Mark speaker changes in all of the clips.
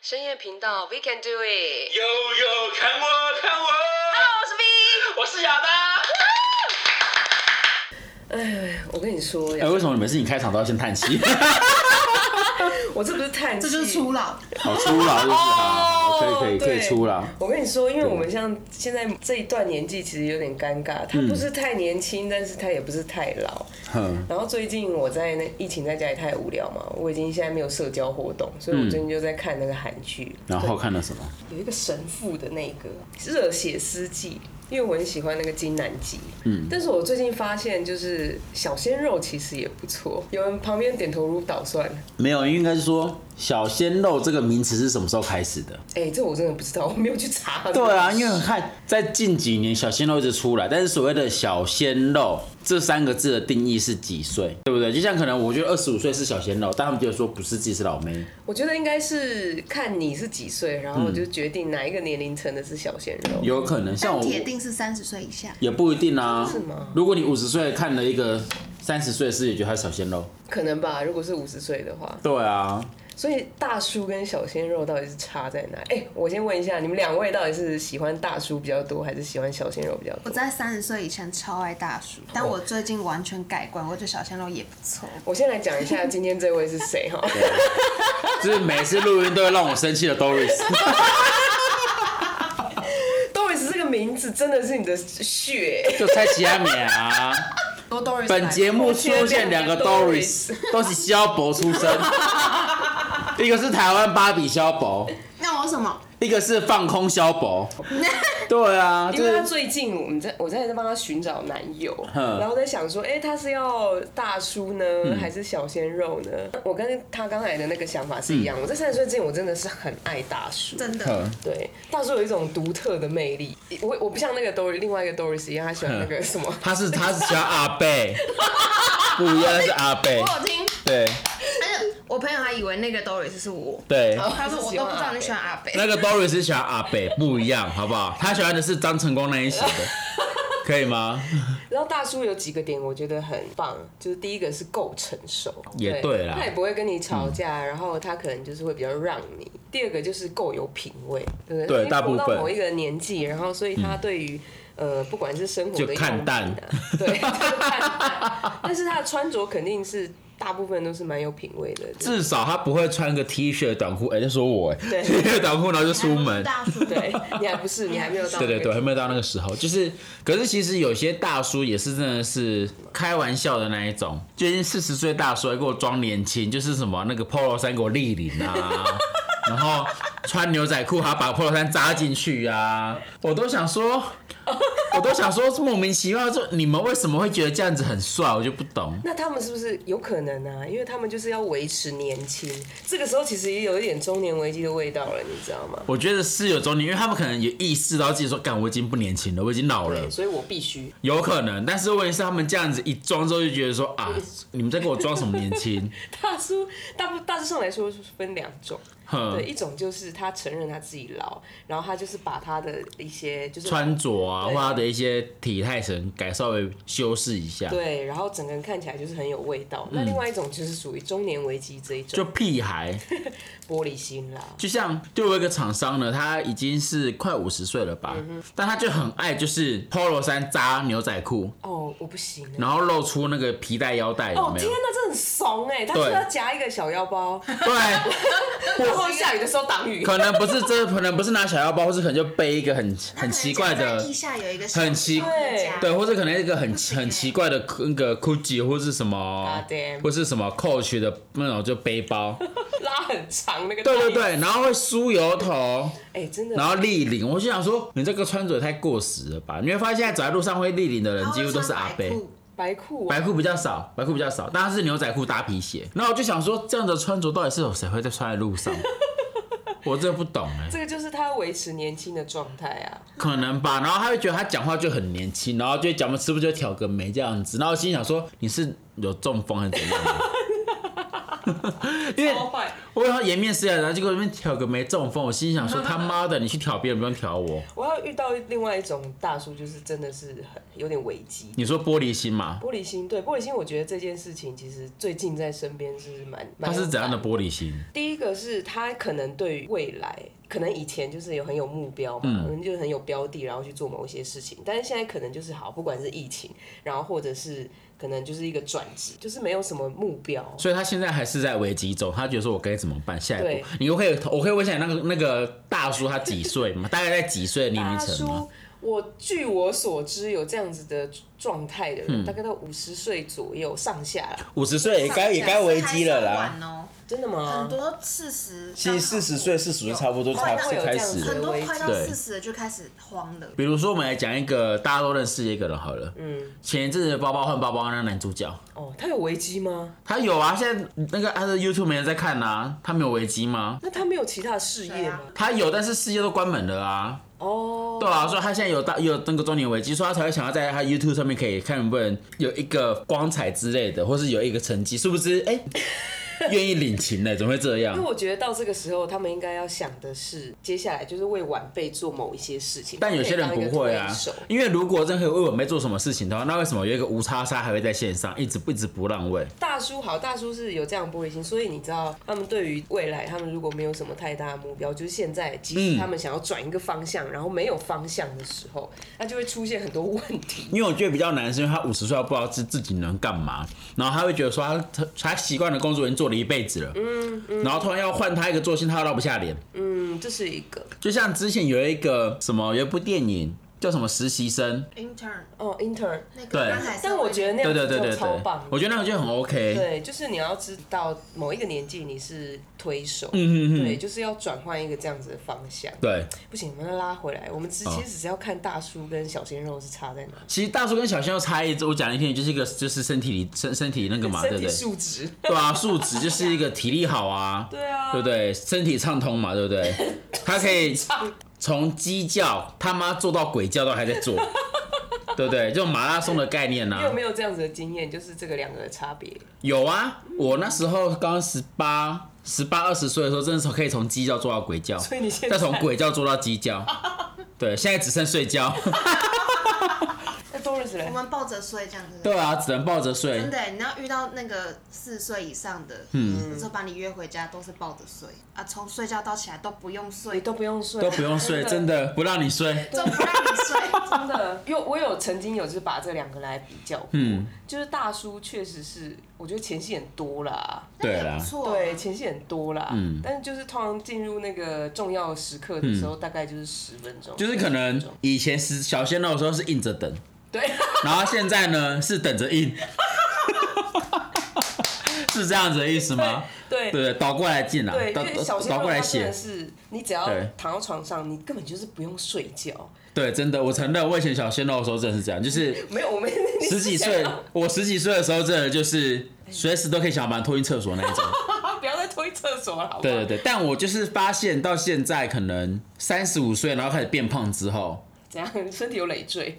Speaker 1: 深夜频道，We can do it。
Speaker 2: 悠悠，看我，看我，
Speaker 1: Hello，我是 V。
Speaker 2: 我是亚
Speaker 1: 哎，
Speaker 2: 当。
Speaker 1: 我跟你说，
Speaker 2: 哎、为什么每次你开场都要先叹气？
Speaker 1: 我这不是叹气，
Speaker 3: 这就是初老，
Speaker 2: 好粗啦，就是好，好可以可以可以
Speaker 1: 对
Speaker 2: 粗啦。
Speaker 1: 我跟你说，因为我们像现在这一段年纪，其实有点尴尬。他不是太年轻，但是他也不是太老。
Speaker 2: 哼，
Speaker 1: 然后最近我在那疫情在家里太无聊嘛，我已经现在没有社交活动，所以我最近就在看那个韩剧，
Speaker 2: 然后看了什么？
Speaker 1: 有一个神父的那个《热血司机》，因为我很喜欢那个金南吉。嗯，但是我最近发现，就是小鲜肉其实也不错。有人旁边点头如捣蒜，
Speaker 2: 没有，应该是说“小鲜肉”这个名词是什么时候开始的？
Speaker 1: 哎、这我真的不知道， 我没有去查。
Speaker 2: 对啊，因为你看，在近几年，小鲜肉一直出来，但是所谓的“小鲜肉”这三个字的定义是几岁，对不对？就像可能我觉得二十五岁是小鲜肉，但他们觉得说不是自己是老妹。
Speaker 1: 我觉得应该是看你是几岁，然后就决定哪一个年龄层的是小鲜肉。
Speaker 2: 嗯有可能像
Speaker 3: 但
Speaker 2: 我
Speaker 3: 铁定是三十岁以下。
Speaker 2: 也不一定啊
Speaker 1: 是吗。
Speaker 2: 如果你五十岁看了一个三十岁的师姐，觉得他是小鲜肉，
Speaker 1: 可能吧，如果是五十岁的话，
Speaker 2: 对啊，
Speaker 1: 所以大叔跟小鲜肉到底是差在哪？哎、我先问一下，你们两位到底是喜欢大叔比较多，还是喜欢小鲜肉比较
Speaker 3: 我
Speaker 1: 多？
Speaker 3: 在三十岁以前超爱大叔，但我最近完全改观，我觉得小鲜肉也不错。
Speaker 1: 我先来讲一下今天这位是谁 哈，
Speaker 2: 就是每次录音都会让我生气的 Doris。
Speaker 1: ，Doris 这个名字真的是你的血，
Speaker 2: 就猜其他名啊！
Speaker 3: 多 Doris
Speaker 2: 本节目出现两个 Doris，都是萧伯出 身，一个是台湾芭比萧伯，
Speaker 3: 那我什么？
Speaker 2: 一个是放空萧伯。对啊，
Speaker 1: 因
Speaker 2: 就
Speaker 1: 为他
Speaker 2: 是
Speaker 1: 最近我们在我在帮他寻找男友，
Speaker 2: 哼嗯
Speaker 1: 然后在想说，哎、他是要大叔呢，还是小鲜肉呢？我跟他刚才的那个想法是一样。我在三十岁之前，我真的是很爱大叔，
Speaker 3: 真的，
Speaker 2: 嗯
Speaker 1: 对，大叔有一种独特的魅力。我我不像那个 Doris，另外一个 Doris 一样，他喜欢那个什么。
Speaker 2: 他是他是喜欢阿贝，不一样，他是阿贝
Speaker 3: 我，有听，
Speaker 2: 对
Speaker 3: 而且我朋友还以为那个 Doris 是我，
Speaker 2: 对。哎
Speaker 3: 他说我都不知道你喜欢阿北。
Speaker 2: 那个 Doris 是喜欢阿北，不一样，好不好？他喜欢的是张成功那一型的，可以吗？
Speaker 1: 然后大叔有几个点我觉得很棒，就是第一个是够成熟，
Speaker 2: 也对啦嗯
Speaker 1: 他也不会跟你吵架，然后他可能就是会比较让你。第二个就是够有品味，对不对？
Speaker 2: 对
Speaker 1: 因为
Speaker 2: 大部分嗯
Speaker 1: 活到某一个年纪，然后所以他对于、呃，不管是生活的
Speaker 2: 就看
Speaker 1: 用品
Speaker 2: 淡
Speaker 1: 啊，对， 就看淡。但是他的穿着肯定是大部分都是蛮有品味的，
Speaker 2: 至少他不会穿个 T 恤短裤，哎、在说我哎、
Speaker 1: 对
Speaker 2: t 恤 短裤然后就出门。
Speaker 3: 大叔，
Speaker 1: 对你还不是你还没有到那
Speaker 2: 对
Speaker 1: 个
Speaker 2: 对对，还没有到那个时候，就是，可是其实有些大叔也是真的是开玩笑的那一种，最近四十岁大叔还给我装年轻，就是什么那个 polo 衫给我立领啊， 然后穿牛仔裤还把 polo 衫扎进去啊，我都想 说，我都想说莫名其妙，就你们为什么会觉得这样子很帅，我就不懂。
Speaker 1: 那他们是不是有可能啊？因为他们就是要维持年轻，这个时候其实也有一点中年危机的味道了，你知道吗？
Speaker 2: 我觉得是有中年，因为他们可能也意识到自己说，干我已经不年轻了，我已经老了
Speaker 1: 对，，所以我必须。
Speaker 2: 有可能，但是问题是他们这样子一装之后就觉得说啊，你们在给我装什么年轻？
Speaker 1: 大叔，大部大致上来说是分两种，
Speaker 2: 哼
Speaker 1: 对，，一种就是他承认他自己老，然后他就是把他的一些就是
Speaker 2: 穿着啊，或
Speaker 1: 对
Speaker 2: 他的一些体态神改稍微修饰一下，
Speaker 1: 对，然后整个人看起来就是很有味道。那另外一种就是属于中年危机这一
Speaker 2: 嗯就
Speaker 1: 种，
Speaker 2: 屁孩。
Speaker 1: 玻璃心啦。
Speaker 2: 就像对我一个厂商呢，他已经是快五十岁了吧，
Speaker 1: 嗯
Speaker 2: 但他就很爱就是 polo 衫扎牛仔裤，
Speaker 1: 哦，我不行啊。
Speaker 2: 然后露出那个皮带腰带，有
Speaker 1: 哦
Speaker 2: 没
Speaker 1: 天
Speaker 2: 有？
Speaker 1: 哪，这很怂哎！他
Speaker 2: 对
Speaker 1: 说要夹一个小腰 包，
Speaker 2: 对。
Speaker 1: 然后下雨的时候挡雨。
Speaker 2: 可能不是这，可能不是拿小腰包，或是可能就背一个很
Speaker 3: 那可
Speaker 2: 很
Speaker 3: 能
Speaker 2: 奇怪
Speaker 3: 夹
Speaker 2: 的
Speaker 3: 在，腋下有一个小
Speaker 2: 很奇
Speaker 3: 小的夹
Speaker 2: 对，或者可能一个很很奇怪的那个 Gucci 或是什
Speaker 3: 啊
Speaker 2: 么
Speaker 1: God damn，
Speaker 2: 或是什么 Coach 的那种就背 包，
Speaker 1: 拉很长那个。
Speaker 2: 对对对，，然后会梳油头，
Speaker 1: 哎、真的。
Speaker 2: 然后立领，我就想说你这个穿着也太过时了吧？你会发现现在走在路上会立领的人几乎都是阿
Speaker 3: 然后穿白
Speaker 2: 伯。
Speaker 3: 裤
Speaker 1: 白裤、啊，
Speaker 2: 白裤比较少，白裤比较少，但他是牛仔裤搭皮鞋。然后我就想说，这样的穿着到底是有谁会在穿在路 上？我真的不懂哎、
Speaker 1: 这个就是他维持年轻的状态啊。
Speaker 2: 可能吧，然后他会觉得他讲话就很年轻，然后就讲嘛，是不是就挑个眉这样子？然 后心想说你是有中风还是怎样？因为
Speaker 1: 超坏
Speaker 2: 我我要颜面试啊下，然后结果那边挑个没中风，我心想说他妈的，你去挑别人不用挑我。
Speaker 1: 我要遇到另外一种大叔，就是真的是很有点危机。
Speaker 2: 你说玻璃心嘛？
Speaker 1: 玻璃心，对玻璃心，我觉得这件事情其实最近在身边是蛮蛮。
Speaker 2: 他是怎样的？玻璃心？
Speaker 1: 第一个是他可能对于未来，可能以前就是有很有目标嘛，可
Speaker 2: 嗯
Speaker 1: 能就是很有标的，然后去做某一些事情。但是现在可能就是好，不管是疫情，然后或者是可能就是一个转职，就是没有什么目标。
Speaker 2: 所以他现在还是在危机中，他觉得说我该怎么办？下一
Speaker 1: 对
Speaker 2: 步，你可以，我可以问一下你那个那个大叔他几 岁嘛？大概在几岁的年龄
Speaker 1: 大
Speaker 2: 层吗
Speaker 1: 叔？，我据我所知有这样子的状态的
Speaker 2: 嗯
Speaker 1: 人，大概到五十岁左右上下啦。
Speaker 2: 五十岁也该也该危机了啦。
Speaker 3: 晚哦，
Speaker 1: 真的吗
Speaker 3: 很？多四十，
Speaker 2: 其实四十岁、四十岁差不多差
Speaker 3: 会
Speaker 2: 是
Speaker 1: 有
Speaker 2: 开
Speaker 1: 这样
Speaker 2: 始
Speaker 1: 子
Speaker 2: 了
Speaker 3: 很。多快到
Speaker 2: 对
Speaker 3: 四十的就开始慌了。
Speaker 2: 比如说，我们来讲一个大家都认识的一个人好了。嗯，前一阵子的包包换包包那个男主角，
Speaker 1: 哦，他有危机吗？
Speaker 2: 他有啊，现在那个他的 YouTube 没人在看啊，他没有危机吗？
Speaker 1: 那他没有其他的事业吗？
Speaker 2: 他有，但是世界都关门了啊。
Speaker 1: 哦，
Speaker 2: 对啊，所以他现在有大有那个中年危机，所以他才会想要在他 YouTube 上面可以看能不能有一个光彩之类的，或是有一个成绩，是不是？ 哎、愿意领情了，怎么会这样
Speaker 1: 因为？我觉得到这个时候，他们应该要想的是，接下来就是为晚辈做某一些事情。
Speaker 2: 但有些人
Speaker 1: 可以当一
Speaker 2: 不
Speaker 1: 个
Speaker 2: 会啊
Speaker 1: 推手，
Speaker 2: 因为如果任何为我妹做什么事情的话，那为什么有一个无差杀还会在线上一直一直不让位？
Speaker 1: 大叔好，大叔是有这样的玻璃心，所以你知道，他们对于未来，他们如果没有什么太大的目标，就是现在，即使
Speaker 2: 嗯
Speaker 1: 他们想要转一个方向，然后没有方向的时候，那就会出现很多问题。
Speaker 2: 因为我觉得比较难，是因为他五十岁他不知道自自己能干嘛，然后他会觉得说他他他习惯的工作已经做了一辈子了，嗯，然后突然要换他一个做新，他又拉不下脸。
Speaker 1: 嗯，这是一个
Speaker 2: 就像之前有一个什么有一部电影叫什么实习生，
Speaker 3: Intern
Speaker 1: 哦，intern。
Speaker 3: 那个
Speaker 2: 对
Speaker 3: 刚才是
Speaker 1: 但我觉得那样
Speaker 2: 对对
Speaker 1: 子
Speaker 2: 对对
Speaker 1: 就超
Speaker 2: 对
Speaker 1: 棒，。
Speaker 2: 我觉得那个就很 OK。
Speaker 1: 对，就是你要知道某一个年纪你是推手，
Speaker 2: 嗯
Speaker 1: 对，就是要转换一个这样子的方向。
Speaker 2: 对，
Speaker 1: 不行，我们要拉回来。我们
Speaker 2: 哦
Speaker 1: 只其实只是要看大叔跟小鲜肉是差在哪，
Speaker 2: 其实大叔跟小鲜肉差异，我讲一天就是一个就是身体里身身体那个嘛，对
Speaker 1: 身体
Speaker 2: 不对？
Speaker 1: 素质。
Speaker 2: 对啊，素质就是一个体力好啊，
Speaker 1: 对啊
Speaker 2: 对不对？身体畅通嘛，对不对？他可以
Speaker 1: 畅
Speaker 2: 从鸡叫他妈做到鬼叫都还在做，对不对？这种马拉松的概念呢、
Speaker 1: 你有没有这样子的经验？就是这个两个的差别。
Speaker 2: 有啊，我那时候刚十八、十八二十岁的时候，真的是可以从鸡叫做到鬼叫，
Speaker 1: 所以你现在
Speaker 2: 再从鬼叫做到鸡叫，对，现在只剩睡觉，
Speaker 1: 那 Doris
Speaker 3: 我
Speaker 1: 嘞？
Speaker 3: 们抱着睡这样子。
Speaker 2: 对啊，只能抱着睡
Speaker 3: 真。的，你要遇到那个四岁以上的，嗯，有时候把你约回家都是抱着睡啊，从睡觉到起来都不用
Speaker 1: 你
Speaker 3: 睡，
Speaker 1: 都不用睡，
Speaker 2: 都不用睡，真的不让你睡。
Speaker 3: 都不让你 睡。
Speaker 1: 真的，因为我有曾经有就是把这两个来比较，嗯，就是大叔确实是，我觉得前戏很多啦，
Speaker 2: 对啦
Speaker 3: 不，错，啊
Speaker 1: 对，前戏很多啦，嗯，但是就是通常进入那个重要时刻的时候，大概就是十分钟，
Speaker 2: 就是可能以前是小鲜肉的时候是硬着等，
Speaker 1: 对，
Speaker 2: 然后现在呢是等着硬，是这样子的意思吗？
Speaker 1: 对
Speaker 2: 对不对，倒过来进啊
Speaker 1: 对，，
Speaker 2: 倒
Speaker 1: 因为小鲜
Speaker 2: 倒
Speaker 1: 肉
Speaker 2: 过来
Speaker 1: 他真
Speaker 2: 写
Speaker 1: 的，是，你只要
Speaker 2: 对
Speaker 1: 躺到床上，你根本就是不用睡觉，
Speaker 2: 对，真的，我承认，我以前小鲜肉的时候真的是这样，就是
Speaker 1: 没有，我们 你是啊
Speaker 2: 十几
Speaker 1: 想
Speaker 2: 岁
Speaker 1: 要，
Speaker 2: 我十几岁的时候真的就是随时都可以想把它拖进厕所那一种。
Speaker 1: 不要再推厕所了，好不好？
Speaker 2: 对对对，但我就是发现到现在可能三十五岁，然后开始变胖之后，
Speaker 1: 怎样？身体有累赘，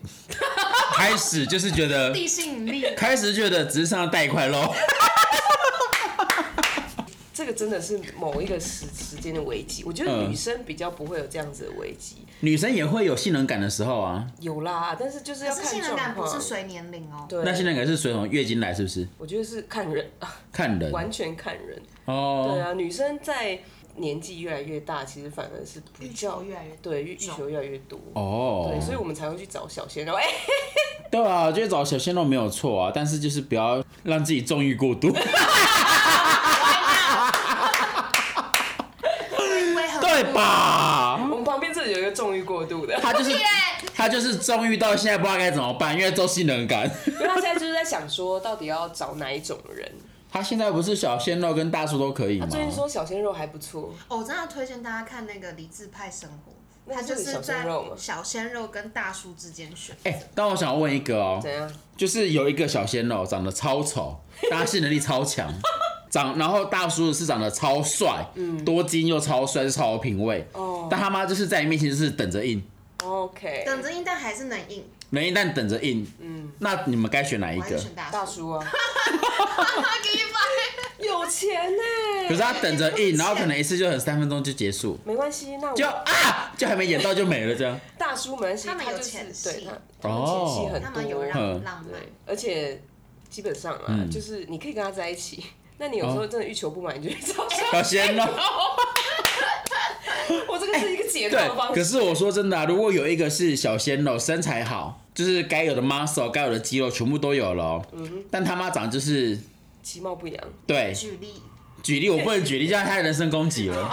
Speaker 2: 开始就是觉 得，
Speaker 3: 地心引力。
Speaker 2: 开始觉得只是上带一块肉。
Speaker 1: 这个真的是某一个时时间的危机。我觉
Speaker 2: 嗯
Speaker 1: 得女生比较不会有这样子的危机，
Speaker 2: 女生也会有性能感的时候啊，
Speaker 1: 有啦，但是就是要
Speaker 3: 可是
Speaker 1: 看
Speaker 3: 性能感
Speaker 1: 状
Speaker 3: 不
Speaker 1: 况
Speaker 3: 是。随年龄哦，
Speaker 1: 对，
Speaker 2: 那性能感是随从月经来是不是？
Speaker 1: 我觉得是看人，
Speaker 2: 看人
Speaker 1: 完全看人。对
Speaker 2: 哦，
Speaker 1: 啊，女生在年纪越来越大，其实反而是比
Speaker 3: 欲
Speaker 1: 较
Speaker 3: 求越来越
Speaker 1: 对欲欲求越来越多。
Speaker 2: 哦
Speaker 1: 对，，所以我们才会去找小鲜肉。 哎、
Speaker 2: 对啊，我觉得找小鲜肉没有错啊，但是就是不要让自己纵欲过度。
Speaker 3: 会 很
Speaker 2: 对吧？
Speaker 1: 我们旁边这里有一个纵欲过度的，
Speaker 2: 他就是他就是终于到现在不知道该怎么办，因为周性能感。
Speaker 1: 因为他现在就是在想说，到底要找哪一种人。
Speaker 2: 他现在不是小鲜肉跟大叔都可以
Speaker 1: 他
Speaker 2: 吗？
Speaker 1: 最近说小鲜肉还不错，
Speaker 3: 哦我真的推荐大家看那个《理智派生活》，
Speaker 1: 那
Speaker 3: 他就是是
Speaker 1: 小鲜
Speaker 3: 在
Speaker 1: 肉吗
Speaker 3: 小鲜肉跟大叔之间选。
Speaker 2: 哎、但我想问一个哦、
Speaker 1: 怎样？
Speaker 2: 就是有一个小鲜肉长得超丑， 但他性能力超强，长然后大叔是长得超帅，多金又超帅，是超有品味。
Speaker 1: 嗯哦
Speaker 2: 但他妈就是在你面前就是等着硬，
Speaker 1: ，OK，
Speaker 3: 等着硬，但还是能硬，
Speaker 1: 嗯
Speaker 2: 人一旦等着硬，那你们该选哪一
Speaker 3: 我还是
Speaker 2: 个？
Speaker 3: 选大
Speaker 1: 大
Speaker 3: 叔。
Speaker 1: 叔啊，
Speaker 3: 他给你摆，
Speaker 1: 有钱呢、
Speaker 2: 可是他 等着印，然后可能一次就很三分钟就结束，
Speaker 1: 没关系，那
Speaker 2: 就
Speaker 1: 我
Speaker 2: 啊，就还没演到就没了这样。
Speaker 1: 大叔没关系，
Speaker 3: 他们有
Speaker 1: 就是
Speaker 3: 前戏
Speaker 1: 对他他们前戏
Speaker 2: 哦
Speaker 1: 很多，
Speaker 3: 他们有
Speaker 2: 嗯
Speaker 3: 让浪漫
Speaker 1: 对，，而且基本上啊，
Speaker 2: 嗯哦
Speaker 1: 就是你可以跟他在一起。那你有时候真的欲求不满，你就会找下。
Speaker 2: 小鲜肉，
Speaker 1: 我这个是一个解
Speaker 2: 哎对
Speaker 1: 套方，
Speaker 2: 可
Speaker 1: 式。
Speaker 2: 是我说真的啊、如果有一个是小鲜肉，身材好，就是该有的 muscle、该有的肌肉全部都有了哦、但他妈长就是
Speaker 1: 其貌不扬，
Speaker 2: 对，
Speaker 3: 举例，
Speaker 2: 举例我不能举例，这样他人身攻击了，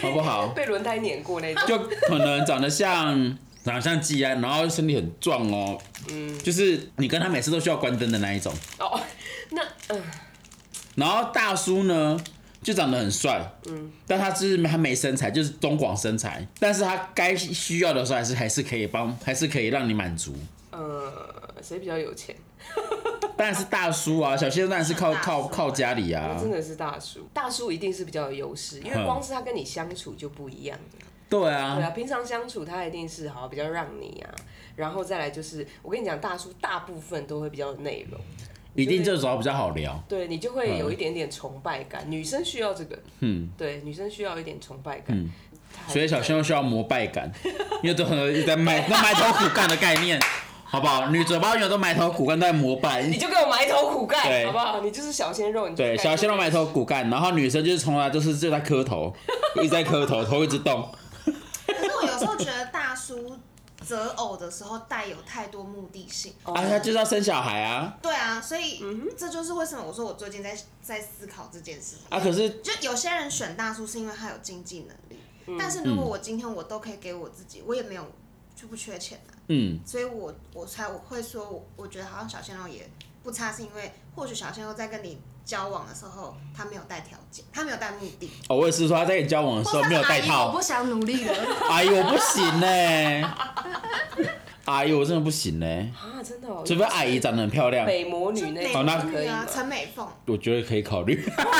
Speaker 2: 好不好？
Speaker 1: 被轮胎碾过那种。
Speaker 2: 就可能长得像长得像季安，然后身体很壮哦，嗯，就是你跟他每次都需要关灯的那一种。
Speaker 1: 哦， 那嗯、
Speaker 2: 然后大叔呢，就长得很帅，嗯，但他就是他没身材，就是中广身材，但是他该需要的时候还是还是可以帮，还是可以让你满足。
Speaker 1: 呃，谁比较有钱？
Speaker 2: 当然是大叔啊，小鲜肉当然是靠
Speaker 3: 大叔
Speaker 2: 靠靠家里啊
Speaker 1: 真，的是大叔，大叔一定是比较有优势，因为
Speaker 2: 嗯
Speaker 1: 光是他跟你相处就不一样。
Speaker 2: 对
Speaker 1: 对
Speaker 2: 啊，
Speaker 1: 啊，平常相处他一定是好比较让你啊，然后再来就是我跟你讲，大叔大部分都会比较有内容，
Speaker 2: 一定就是找比较好聊，
Speaker 1: 对你就会有一点点崇拜感。女生需要这个，
Speaker 2: 嗯，
Speaker 1: 对，女生需要一点崇拜感。她还
Speaker 2: 所以小鲜肉需要膜拜感，因为都很在埋那埋头苦干的概念，好不好？女嘴巴永远都埋头苦干，都在膜拜
Speaker 1: 你。就给我埋头苦干，
Speaker 2: 对
Speaker 1: 好不好？你就是小鲜肉，你就是
Speaker 2: 对，
Speaker 1: 该
Speaker 2: 小鲜肉埋头苦干，然后女生就是从来都是就在磕头，一直在磕头，头一直动。
Speaker 3: 可是我有时候觉得大叔择偶的时候带有太多目的性。
Speaker 2: 啊，他就是要生小孩啊
Speaker 3: 对啊，所以、这就是为什么我说我最近在在思考这件事情。
Speaker 2: 啊！可是
Speaker 3: 就有些人选大叔是因为他有经济能力，但是
Speaker 2: 嗯
Speaker 3: 如果我今天我都可以给我自己，我也没有就不缺钱啊，
Speaker 2: 嗯，
Speaker 3: 所以我我才我会说，我我觉得好像小鲜肉也不差，是因为或许小鲜肉在跟你交往的时候，他没有带条件，他没有带目的，
Speaker 2: 哦，我也是说他在你交往的时候没有带
Speaker 4: 我
Speaker 2: 套，
Speaker 4: 不想努力了。
Speaker 2: 阿姨我不行呢、 阿姨我真的不行呢、
Speaker 1: 啊，真的、哦，
Speaker 2: 除非阿姨长得很漂亮，
Speaker 1: 美魔
Speaker 3: 就
Speaker 1: 女那
Speaker 3: 美
Speaker 1: 种
Speaker 2: 哦那
Speaker 1: 可
Speaker 3: 女
Speaker 1: 以
Speaker 3: 啊
Speaker 1: 吗，？
Speaker 3: 陈美凤，
Speaker 2: 我觉得可以考虑。
Speaker 1: 哦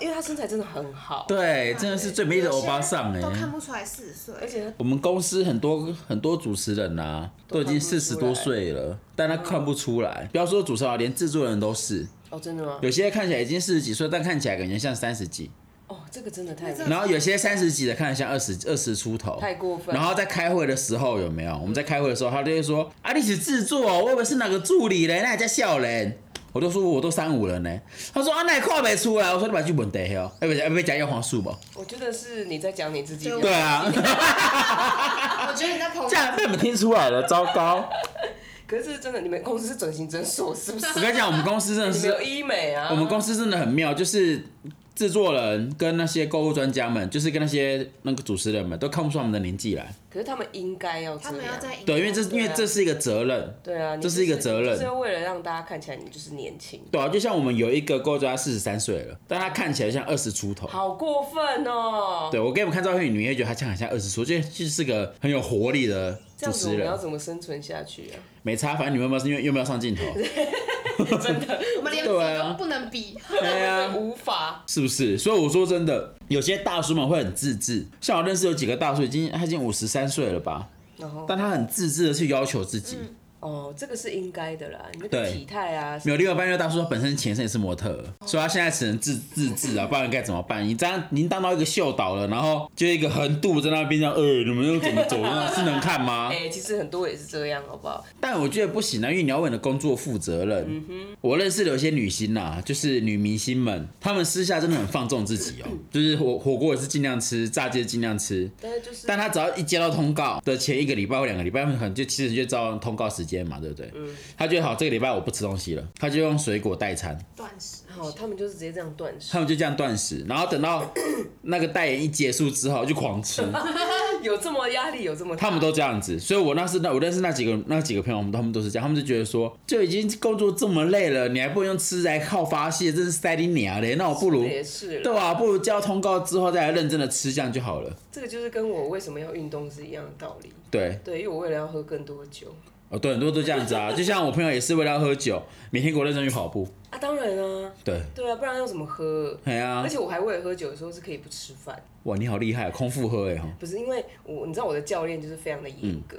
Speaker 1: 因为她身材真的很好，
Speaker 2: 对，真的是最美丽的欧巴桑哎、
Speaker 3: 都看不出来四十岁，
Speaker 1: 而且她
Speaker 2: 我们公司很多很多主持人呐、啊，都已经四十多岁了，但他看不出来。不要说主持人啊，连制作人都是，
Speaker 1: 哦，真的吗？
Speaker 2: 有些看起来已经四十几岁，但看起来感觉像三十几。
Speaker 1: 哦，这个真的太
Speaker 3: 这
Speaker 2: 然后有些三十几的看得像二十二十出头，
Speaker 1: 太过分
Speaker 2: 然后在开会的时候有没有？我们在开会的时候，他就会说：“啊，你是制作哦，我以为是哪个助理嘞，那也叫笑人。”我就说我都三五人呢，他说啊那也看不出来，我说你把剧本带哦，要不要要不要加叶黄素吧？
Speaker 1: 我觉得是你在讲你自己，
Speaker 3: 对
Speaker 2: 对啊，
Speaker 1: 啊
Speaker 3: 我觉得你在捧我
Speaker 2: 这样被你们听出来了，糟糕！
Speaker 1: 可是真的，你们公司是整形诊所是不是？
Speaker 2: 我跟你讲，我们公司真的
Speaker 1: 你们
Speaker 2: 是
Speaker 1: 有医美啊？
Speaker 2: 我们公司真的很妙，就是制作人跟那些购物专家们，就是跟那些那个主持人们，都看不出他们的年纪来。
Speaker 1: 可是他们应该要这
Speaker 3: 他们要
Speaker 1: 样，
Speaker 3: 在
Speaker 2: 对，因为这因为
Speaker 1: 对啊
Speaker 2: 这是一个责任，
Speaker 1: 对啊，你
Speaker 2: 这是一个责任
Speaker 1: 就是就是为了让大家看起来你就是年轻，
Speaker 2: 对啊，就像我们有一个购物专家四十三岁了，但他看起来像二十出头。
Speaker 1: 好过分哦！
Speaker 2: 对我给你们看照片，你们会觉得他像很像二十出头，就就是个很有活力的
Speaker 1: 这
Speaker 2: 主
Speaker 1: 样子我
Speaker 2: 持
Speaker 1: 们要
Speaker 2: 人。
Speaker 1: 怎么生存下去啊？
Speaker 2: 没差，反正你们有没有因为有没有 上镜头？
Speaker 3: 我们连比
Speaker 2: 对啊
Speaker 3: 都不能比，
Speaker 2: 对 啊，
Speaker 1: 无法，
Speaker 2: 是不是？所以我说真的，有些大叔们会很自制，像我认识有几个大叔，已经他已经五十三岁了吧，
Speaker 1: 然后
Speaker 2: 但他很自制的去要求自己。
Speaker 1: 哦，这个是应该的啦，你那个
Speaker 2: 对
Speaker 1: 体态啊，
Speaker 2: 没有，另外一半因为大叔他本身前身也是模特儿，所以他现在只能自自制啊，不然该怎么办？你这样已经当到一个秀导了，然后就一个横渡在那边这样，呃、你们又怎么走呢？是能看吗？
Speaker 1: 哎、其实很多也是这样，好不好？
Speaker 2: 但我觉得不行啊，因为你要为你的工作负责任。我认识的有些女星呐、啊就是女明星们，她们私下真的很放纵自己哦，就是火火锅也是尽量吃，炸鸡也尽量吃。
Speaker 1: 但是就是，
Speaker 2: 但她只要一接到通告的前一个礼拜或两个礼拜，可能就其实就知道通告时间嘛，对不对？嗯。她觉得好，这个礼拜我不吃东西了，她就用水果代餐，
Speaker 3: 断食。
Speaker 1: 哦，他们就是直接这样断食
Speaker 2: 他，们就这样断食，然后等到那个代言一结束之后就狂吃，
Speaker 1: 有这么压力，有这么
Speaker 2: 他们
Speaker 1: 都
Speaker 2: 都这样子，所以我那是那我认识那几个那几个朋友，我们他们都是这样，他们就觉得说，就已经工作这么累了，你还不用吃来靠发泄，真是塞你娘嘞！那我不如
Speaker 1: 也是
Speaker 2: 对
Speaker 1: 了，
Speaker 2: 啊，不如接到通告之后再来认真的吃，这样就好了。
Speaker 1: 这个就是跟我为什么要运动是一样的道理。
Speaker 2: 对，
Speaker 1: 对，因为我为了要喝更多酒
Speaker 2: 哦，对，很多都这样 子啊，就像我朋友也是为了要喝酒，每天给我认真去跑步。
Speaker 1: 啊，当然啊，
Speaker 2: 对，
Speaker 1: 对啊，不然要怎么喝？
Speaker 2: 哎呀、
Speaker 1: 而且我还为了喝酒的时候是可以不吃饭，
Speaker 2: 哇，你好厉害，空腹喝哎哈。嗯
Speaker 1: 不是因为我，你知道我的教练就是非常的严格，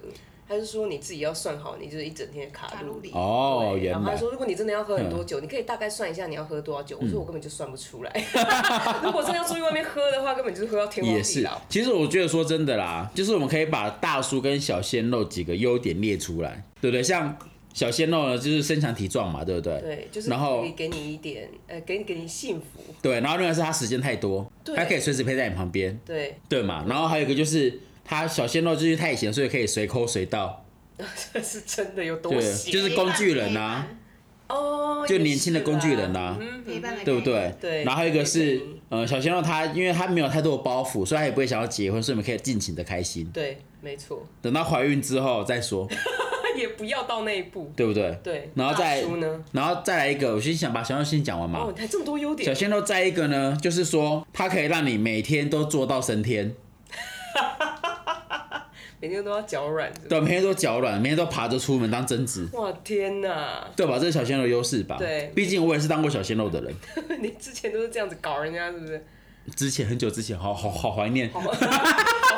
Speaker 1: 他是说你自己要算好，你就是一整天的卡
Speaker 3: 卡
Speaker 1: 路
Speaker 3: 路
Speaker 1: 里。
Speaker 3: 里。
Speaker 2: 哦，
Speaker 1: 对然
Speaker 2: 原
Speaker 1: 后他
Speaker 2: 来嗯
Speaker 1: 说，如果你真的要喝很多酒，你可以大概算一下你要喝多少酒。我说我根本就算不出来。 如果真的要出去外面喝的话，根本就是喝到天荒
Speaker 2: 也
Speaker 1: 地
Speaker 2: 是
Speaker 1: 老。。
Speaker 2: 其实我觉得说真的啦，就是我们可以把大叔跟小鲜肉几个优点列出来，对不对？像小鲜肉呢，就是身强体壮嘛，对不对？
Speaker 1: 对，就是
Speaker 2: 然后
Speaker 1: 可以给你一点，呃，给你给你幸福。
Speaker 2: 对，然后另外是他时间太多，
Speaker 1: 对
Speaker 2: 他可以随时陪在你旁边，
Speaker 1: 对，
Speaker 2: 对嘛？然后还有一个就是他小鲜肉就是太闲，所以可以随抠随到，
Speaker 1: 这是真的有多
Speaker 2: 对，
Speaker 1: 闲
Speaker 2: 就是工具人啊。
Speaker 1: 哦，
Speaker 2: 就
Speaker 1: 也
Speaker 2: 年轻的
Speaker 1: 是
Speaker 2: 工具
Speaker 1: 啦
Speaker 2: 人啊
Speaker 1: 嗯
Speaker 3: 陪伴的概念，
Speaker 2: 对不对？
Speaker 1: 对
Speaker 2: 然后还有一个
Speaker 1: 对
Speaker 2: 是
Speaker 1: 对，
Speaker 2: 呃，小鲜肉他，因为他没有太多的包袱，所以他也不会想要结婚，所以我们可以尽情的开心。
Speaker 1: 对，没错，
Speaker 2: 等到怀孕之后再说，
Speaker 1: 也不要到那一步。
Speaker 2: 对不对？
Speaker 1: 对，
Speaker 2: 然后
Speaker 1: 大
Speaker 2: 再
Speaker 1: 叔呢？
Speaker 2: 然后再来一个，我先想把小鲜肉先讲完嘛
Speaker 1: 哦，。他这么多优
Speaker 2: 小
Speaker 1: 点，
Speaker 2: 鲜肉再一个呢，就是说它可以让你每天都做到升天，
Speaker 1: 每天都要脚软的。
Speaker 2: 对，每天都脚软，每天都爬着出门当贞子，
Speaker 1: 哇天哪！
Speaker 2: 对吧？这是小鲜肉的优势吧？
Speaker 1: 对
Speaker 2: 毕竟我也是当过小鲜肉的人，
Speaker 1: 你之前都是这样子搞人家，是不是？
Speaker 2: 之前很久之前，好好好怀念，
Speaker 1: 好好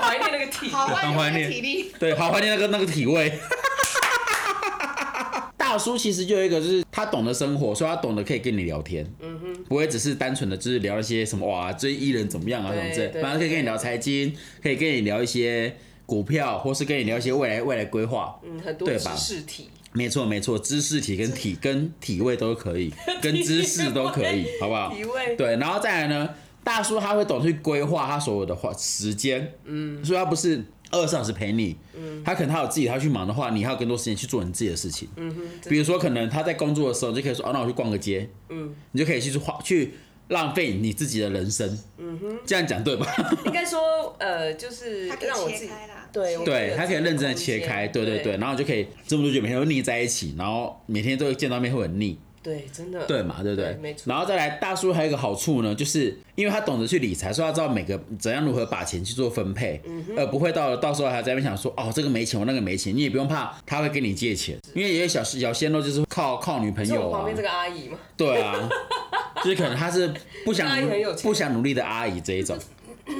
Speaker 1: 怀念那个体。
Speaker 3: 好
Speaker 2: 当怀
Speaker 3: 怀
Speaker 2: 念
Speaker 3: 念体 力，
Speaker 2: 对，好怀念那个那个体味。 大叔其实就有一个，就是他懂得生活，所以他懂得可以跟你聊天，嗯哼，不会只是单纯的就是聊一些什么哇，追艺人怎么样啊什
Speaker 1: 对
Speaker 2: 么之类的，
Speaker 1: 对
Speaker 2: 反正可以跟你聊财经，可以跟你聊一些股票，或是跟你聊一些未来未来规划。
Speaker 1: 嗯，很多
Speaker 2: 对
Speaker 1: 知
Speaker 2: 吧
Speaker 1: 识体，
Speaker 2: 没错没错，知识体跟体跟体位都可 以，跟知识都可以，好不好？
Speaker 1: 体位
Speaker 2: 对，然后再来呢，大叔他会懂去规划他所有的话时间，嗯，所以他不是二十小时陪你，嗯，他可能他有自己他去忙的话，你还有更多时间去做你自己的事情，嗯哼，比如说可能他在工作的时候，你就可以说哦，那我去逛个街，嗯，你就可以去花去浪费你自己的人生，嗯哼，这样讲对吧？
Speaker 1: 应该说，呃，就是
Speaker 3: 它可以
Speaker 1: 让我自
Speaker 3: 切
Speaker 1: 己
Speaker 3: 开啦
Speaker 1: 对，我
Speaker 3: 切
Speaker 1: 觉
Speaker 2: 对，
Speaker 1: 得
Speaker 2: 他可以认真的切开，对对对，然后就可以这么多久每天都腻在一起，然后每天都会见到面会很腻，
Speaker 1: 对，真的，
Speaker 2: 对嘛，对不对？
Speaker 1: 对没错
Speaker 2: 然后再来，大叔还有一个好处呢，就是因为他懂得去理财，所以他知道每个怎样如何把钱去做分配，
Speaker 1: 嗯
Speaker 2: 而不会到到时候还在那边想说哦这个没钱，我那个没钱，你也不用怕他会跟你借钱，因为有些小小鲜肉就是靠靠女朋
Speaker 1: 是
Speaker 2: 友
Speaker 1: 我旁
Speaker 2: 啊
Speaker 1: 边，这个阿姨嘛，
Speaker 2: 对啊，就是可能他是不 想
Speaker 1: 阿姨很有钱
Speaker 2: 不想努力的阿姨 这一种。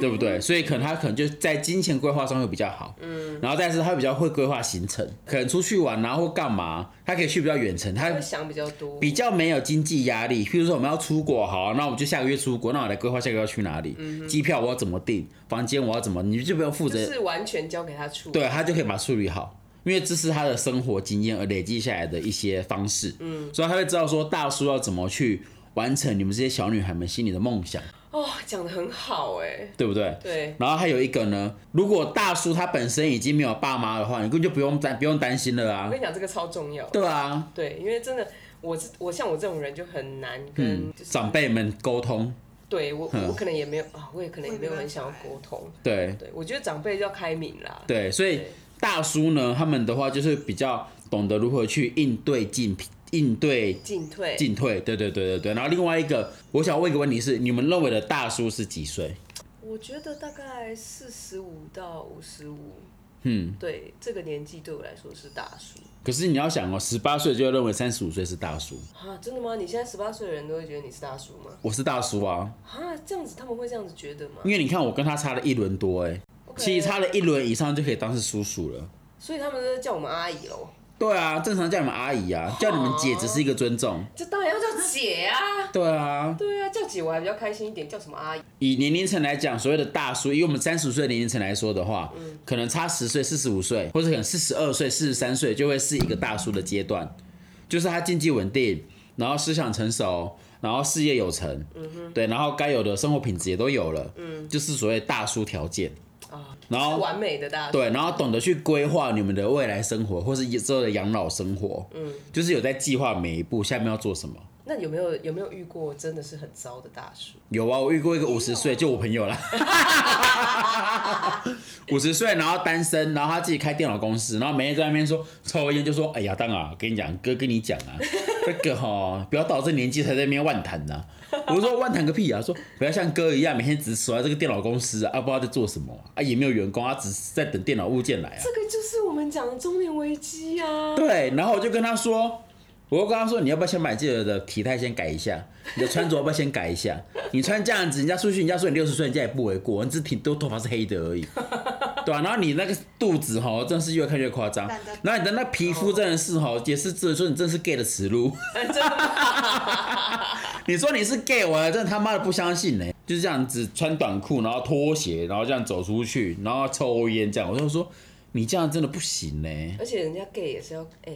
Speaker 2: 对不对？所以可能他可能就在金钱规划上会比较好，嗯，然后但是他比较会规划行程，可能出去玩啊或干嘛，他可以去比较远程，他
Speaker 1: 她会想比较多，
Speaker 2: 比较没有经济压力。譬如说我们要出国，好，那我们就下个月出国，那我来规划下个月要去哪里，机、票我要怎么订，房间我要怎么，你就不用负
Speaker 1: 就
Speaker 2: 责，
Speaker 1: 是完全交给她处理。
Speaker 2: 对他就可以把它处理好。因为这是他的生活经验而累积下来的一些方式，嗯，所以他会知道说大叔要怎么去完成你们这些小女孩们心里的梦想，
Speaker 1: 哦，讲的很好哎，
Speaker 2: 对不对？
Speaker 1: 对，
Speaker 2: 然后还有一个呢，如果大叔他本身已经没有爸妈的话，你根本就不用担不用担心了
Speaker 1: 我
Speaker 2: 啊
Speaker 1: 跟，你讲，这个超重要，
Speaker 2: 对啊，
Speaker 1: 对，因为真的，我是我像我这种人就很难
Speaker 2: 嗯
Speaker 1: 跟，就是
Speaker 2: 长辈们沟通，
Speaker 1: 对我
Speaker 2: 嗯
Speaker 1: 我可能也没有啊，我也可能也没有很
Speaker 3: 我也没办
Speaker 1: 想
Speaker 3: 法
Speaker 1: 要沟通，
Speaker 2: 对，
Speaker 1: 对我觉得长辈要开明啦，
Speaker 2: 对，所以
Speaker 1: 对
Speaker 2: 大叔呢，他们的话就是比较懂得如何去应对进应对
Speaker 1: 进退，
Speaker 2: 进退，对对对对对。然后另外一个，我想问一个问题是，你们认为的大叔是几岁？
Speaker 1: 我觉得大概四十五到五十五，
Speaker 2: 嗯，
Speaker 1: 对这个年纪对我来说是大叔
Speaker 2: 可是你要想哦，十八岁就认为三十五岁是大叔，
Speaker 1: 啊，真的吗？你现在十八岁的人都会觉得你是大叔吗？
Speaker 2: 我是大叔啊，
Speaker 1: 啊，这样子他们会这样子觉得吗
Speaker 2: 因为你看我跟他差了一轮多哎、其实差了一轮以上就可以当是叔叔了。
Speaker 1: 所以他们都叫我们阿姨喽，
Speaker 2: 对啊，正常叫你们阿姨啊，叫你们姐只是一个尊重。
Speaker 1: 这当然要叫姐啊。
Speaker 2: 对啊，
Speaker 1: 对啊，叫姐我还比较开心一点，叫什么阿姨？
Speaker 2: 以年龄层来讲，所谓的大叔，以我们三十岁的年龄层来说的话，可能差十岁、四十五岁，或者可能四十二岁、四十三岁，就会是一个大叔的阶段，就是他经济稳定，然后思想成熟，然后事业有成，对，然后该有的生活品质也都有了，就是所谓大叔条件
Speaker 1: 啊
Speaker 2: 然后
Speaker 1: 完美的大叔。
Speaker 2: 对，然后懂得去规划你们的未来生活，或是之后的养老生活，嗯，就是有在计划每一步下面要做什么。
Speaker 1: 那有没有有没有遇过真的是很糟的大叔？
Speaker 2: 有啊，我遇过一个五十岁，就我朋友啦， 五十岁，然后单身，然后他自己开电脑公司，然后每天在那边说抽烟，就说：“哎呀，当啊，跟你讲，哥跟你讲啊，这个哈，不要到这年纪才在那边万谈呐、我说：“万谈个屁啊！”说不要像哥一样，每天只守在这个电脑公司啊，啊不知道在做什么啊，也没有员工，啊，只是在等电脑物件来啊。
Speaker 1: 这个就是我们讲的中年危机 啊。
Speaker 2: 对，然后我就跟他说，我就跟他说，你要不要先把你自己的体态先改一下，你的穿着要不要先改一下？你穿这样子，人家出去，人家说你六十岁，人家也不为过，你只挺多头发是黑的而已。对啊，然后你那个肚子哈，真的是越看越夸张
Speaker 3: 懒得，
Speaker 2: 然后你的那皮肤真的是哈，也是只能说你真的是 gay 的耻辱。 你说你是 gay，我还真的他妈的不相信呢、就是这样子穿短裤，然后拖鞋，然后这样走出去，然后抽烟这样，我就说你这样真的不行呢、
Speaker 1: 而且人家 gay 也是要哎、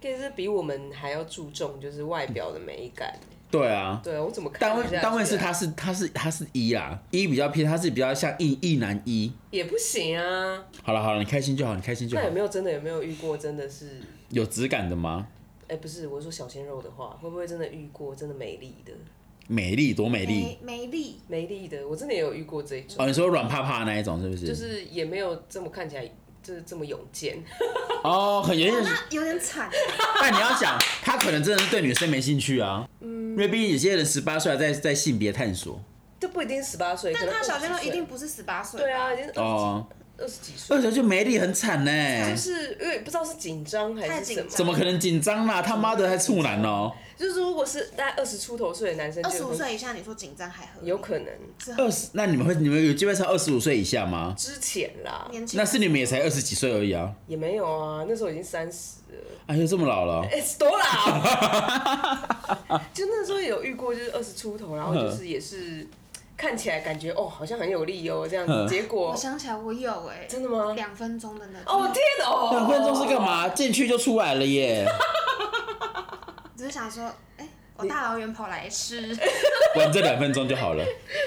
Speaker 1: g a y 是比我们还要注重就是外表的美感。
Speaker 2: 对啊，
Speaker 1: 对我怎么看
Speaker 2: 但
Speaker 1: 不下去
Speaker 2: 问
Speaker 1: 啊？
Speaker 2: 但问是他是他是他是一啦，一比较偏，他是比较像一一男一。
Speaker 1: 也不行啊。
Speaker 2: 好了好了，你开心就好，你开心就
Speaker 1: 那
Speaker 2: 好
Speaker 1: 有。没有真的有没有遇过真的是？
Speaker 2: 有质感的吗？
Speaker 1: 哎、不是，我说小鲜肉的话，会不会真的遇过真的美丽的？
Speaker 2: 美丽多美丽
Speaker 3: 没没力，
Speaker 1: 美丽的，我真的也有遇过这一种，
Speaker 2: 哦！你说软趴趴那一种是不是？
Speaker 1: 就是也没有这么看起来就是这么勇健，
Speaker 2: 哦，很有
Speaker 3: 哇
Speaker 2: 点。
Speaker 3: 那有点惨。
Speaker 2: 但你要想，他可能真的是对女生没兴趣啊。
Speaker 1: 嗯
Speaker 2: 因为毕竟有些人十八岁还在在性别探索。
Speaker 1: 这不一定十八岁，
Speaker 3: 但
Speaker 1: 可能
Speaker 3: 他小鲜肉
Speaker 1: 20
Speaker 3: 一定不是十八岁吧，
Speaker 1: 对啊，已经二
Speaker 2: 哦，
Speaker 1: 十几二十几岁
Speaker 2: 二，十就美丽很惨
Speaker 1: 就
Speaker 2: 呢，
Speaker 1: 是因为不知道是紧张
Speaker 3: 太
Speaker 1: 还是
Speaker 3: 紧
Speaker 1: 什么
Speaker 3: 张，
Speaker 2: 怎么可能哎紧张啦？他妈的还处男哦，
Speaker 1: 就是如果是大概二十出头岁的男生，
Speaker 3: 二十五，岁以下你说紧张还合理，
Speaker 1: 有可能
Speaker 2: 二十那你们会你们有基本上二十五岁以下吗？
Speaker 1: 之前啦，
Speaker 3: 年轻
Speaker 2: 那
Speaker 3: 人
Speaker 2: 是你们也才二十几岁而已啊！
Speaker 1: 也没有啊，那时候已经三十了。
Speaker 2: 哎呦，这么老了，
Speaker 1: 哎、多老？ 就那时候有遇过，就是二十出头，然后
Speaker 2: 嗯
Speaker 1: 就是也是看起来感觉哦，好像很有力哦这样子，
Speaker 2: 嗯
Speaker 1: 结果
Speaker 3: 我想起来我有哎，
Speaker 1: 真的吗？
Speaker 3: 两分钟的那
Speaker 1: 哦
Speaker 3: 种，
Speaker 1: 天哪哦，
Speaker 2: 嗯两分钟是干？嘛？进去就出来了 耶！
Speaker 3: 只是想说，哎，我大老远跑来吃，
Speaker 2: 玩这两分钟就好了。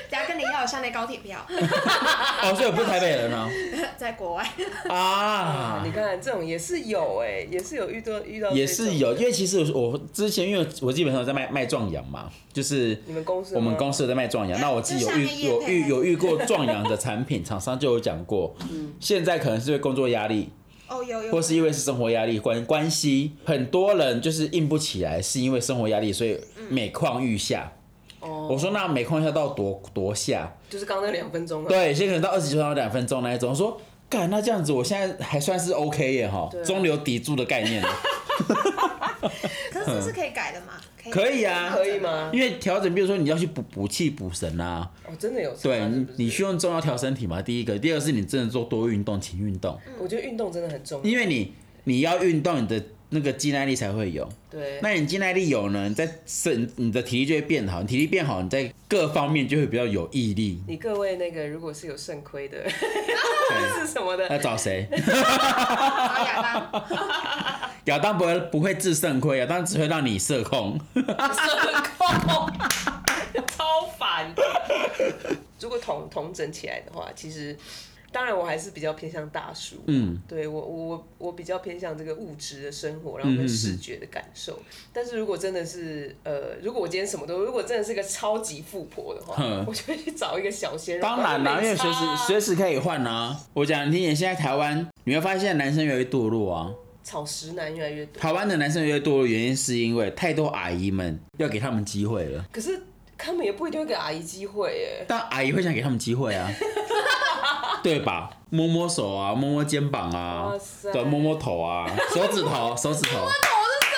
Speaker 3: 等下跟你要一下那高铁票，
Speaker 2: 哦，所以我不是台北人啊！
Speaker 3: 在国外，
Speaker 2: 啊，
Speaker 1: 你看这种也是有哎、也是有遇到遇到，
Speaker 2: 也是。有，因为其实我我之前因为我基本上有在卖卖壮阳嘛，就是
Speaker 1: 你们公司吗
Speaker 2: 我们公司有在卖壮阳，
Speaker 3: 哎
Speaker 2: 那我自己有
Speaker 3: 就下面
Speaker 2: 遇
Speaker 3: 业
Speaker 2: 有
Speaker 3: 配
Speaker 2: 遇有遇过壮阳的产品，厂商就有讲过，
Speaker 1: 嗯
Speaker 2: 现在可能是因为工作压力，
Speaker 3: 哦有有，
Speaker 2: 或是因为是生活压力关关系，很多人就是硬不起来，是因为生活压力，所以每况愈下。我
Speaker 1: 哦，
Speaker 2: 说那每况愈下到多多下？
Speaker 1: 就是刚刚那两分钟啊。
Speaker 2: 对，先可能到二十九到两分钟那一种，我说干那这样子，我现在还算是 OK 耶哈
Speaker 1: 对啊，
Speaker 2: 中流砥柱的 概念了。
Speaker 3: 可是这是可以改的嘛？
Speaker 2: 可以啊
Speaker 1: 可以吗？
Speaker 2: 因为调整，比如说你要去补补气补神啊，
Speaker 1: 哦，真的有差
Speaker 2: 对
Speaker 1: 是
Speaker 2: 你
Speaker 1: 不是
Speaker 2: 你去用中药调身体嘛。第一个，第二个是你真的做多运动，勤运动，
Speaker 1: 我觉得运动真的很重要。
Speaker 2: 因为你你要运动，你的那个肌耐力才会有。
Speaker 1: 对，
Speaker 2: 那你肌耐力有呢，你在身你的体力就会变好，你体力变好，你在各方面就会比较有毅力。
Speaker 1: 你各位那个如果是有肾亏的 是什么
Speaker 2: 要
Speaker 1: 的，
Speaker 2: 找谁？
Speaker 3: 好哑巴，
Speaker 2: 亚当不会不会治肾亏，亚当只会让你社控。
Speaker 1: 肾控超烦。如果统统整起来的话，其实当然我还是比较偏向大叔，
Speaker 2: 嗯，
Speaker 1: 对我我我我比较偏向这个物质的生活，
Speaker 2: 嗯
Speaker 1: 然后跟视觉的感受。但是如果真的是呃，如果我今天什么都，如果真的是个超级富婆的话
Speaker 2: 哼，
Speaker 1: 我就会去找一个小鲜肉。
Speaker 2: 当然啦，因为随时随
Speaker 1: 时
Speaker 2: 时可以换啊。我讲你听点，现在台湾你会发现男生越来越堕落啊。
Speaker 1: 草食男越来越多，
Speaker 2: 台湾的男生越来越多的原因，是因为太多阿姨们要给他们机会了，
Speaker 1: 可是他们也不一定会给阿姨机会耶。
Speaker 2: 但阿姨会想给他们机会 啊，对吧？摸摸手啊，摸摸肩膀啊
Speaker 1: 哇，塞
Speaker 2: 对，摸摸头啊，手指 头，手指头，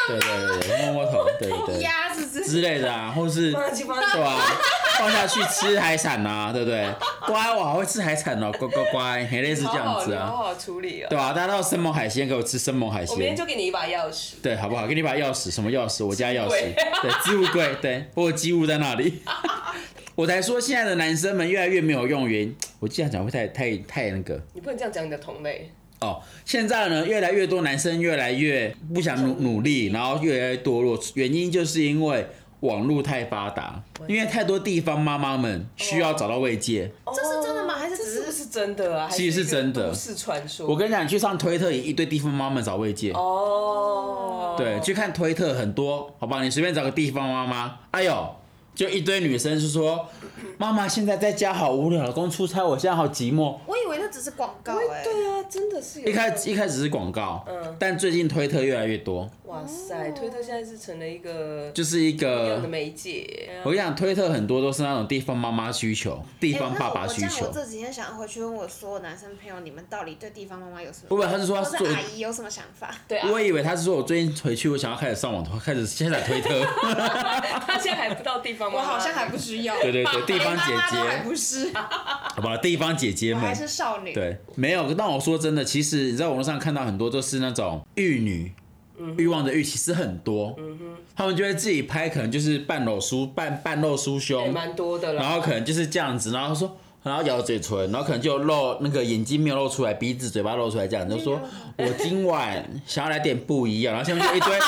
Speaker 2: 对对对，摸摸头，对对对
Speaker 3: 鸭子是
Speaker 2: 之类的啊，或是
Speaker 1: 放下去，放下去
Speaker 2: 对吧、放下去吃海产啊，对不对？乖，我好会吃海产哦，乖乖乖，很类似
Speaker 1: 好
Speaker 2: 这样
Speaker 1: 好
Speaker 2: 子
Speaker 1: 你好
Speaker 2: 啊，
Speaker 1: 好处理哦。
Speaker 2: 对吧、大家到生猛海鲜给我吃生猛海
Speaker 1: 我明天
Speaker 2: 鲜。
Speaker 1: 就给你一把钥匙。
Speaker 2: 对，好不好？给你把钥匙，什么钥匙？我家钥
Speaker 1: 置物
Speaker 2: 匙，对，置物柜，对，我有机物在 那里。我才说现在的男生们越来越没有用原因，我这样讲会太太太那个
Speaker 1: 你不能这样讲你的同类，
Speaker 2: 哦。现在呢，越来越多男生越来越不想努努力，然后越来越堕落，原因就是因为网络太发达，因为太多地方妈妈们需
Speaker 1: 哦
Speaker 2: 要找到慰藉。
Speaker 1: 这
Speaker 3: 是真的吗还是
Speaker 1: 这
Speaker 3: 只是
Speaker 1: 是不是真的啊？
Speaker 2: 其实是真的
Speaker 1: 是传说。
Speaker 2: 我跟你讲，你去上推特也一堆地方妈妈们找慰藉。
Speaker 1: 哦，
Speaker 2: 对，去看推特很多，好吧，你随便找个地方妈妈，哎呦，就一堆女生是说，妈妈现在在家好无聊，老公出差，我现在好寂寞。
Speaker 3: 我以为那只是广告
Speaker 1: 喂
Speaker 3: 哎，
Speaker 1: 对啊，真的是有
Speaker 2: 一开一开始是广告，
Speaker 1: 嗯
Speaker 2: 但最近推特越来越多，
Speaker 1: 哇塞，推特现在是成了一个
Speaker 2: 哦就是呃一
Speaker 1: 不一样的
Speaker 2: 个，
Speaker 1: 媒介。
Speaker 2: 我跟你讲，推特很多都是那种地方妈妈需求，地
Speaker 3: 哎
Speaker 2: 方
Speaker 3: 那
Speaker 2: 爸爸
Speaker 3: 我
Speaker 2: 需
Speaker 3: 这样
Speaker 2: 求
Speaker 3: 我。这几天想要回去问我所有男生朋友，你们到底对地方妈妈有什么？
Speaker 2: 不不，他是说
Speaker 3: 或
Speaker 2: 他
Speaker 3: 是
Speaker 2: 做，
Speaker 3: 阿姨有什么想法？
Speaker 1: 对啊，
Speaker 2: 我以为他是说我最近回去，我想要开始上网，开始下载推特。
Speaker 1: 他现在还不到地方
Speaker 4: 我
Speaker 1: 方妈妈，
Speaker 4: 好像 还不需要，
Speaker 2: 对对对地方姐姐
Speaker 4: 连妈妈都还不是，
Speaker 2: 好吧，地方姐姐
Speaker 4: 我还
Speaker 2: 们，
Speaker 4: 是少女。
Speaker 2: 对，没有。但我说真的，其实你在网络上看到很多都是那种玉女。欲望的欲其实很多，他们就会自己拍，可能就是半裸酥半半露酥
Speaker 1: 也
Speaker 2: 胸，
Speaker 1: 蛮多的啦。
Speaker 2: 然后可能就是这样子，然后说，然后咬嘴唇，然后可能就露那个眼睛没有露出来，鼻子、嘴巴露出来，这样就说，我今晚想要来点不一样，然后下面就一 堆，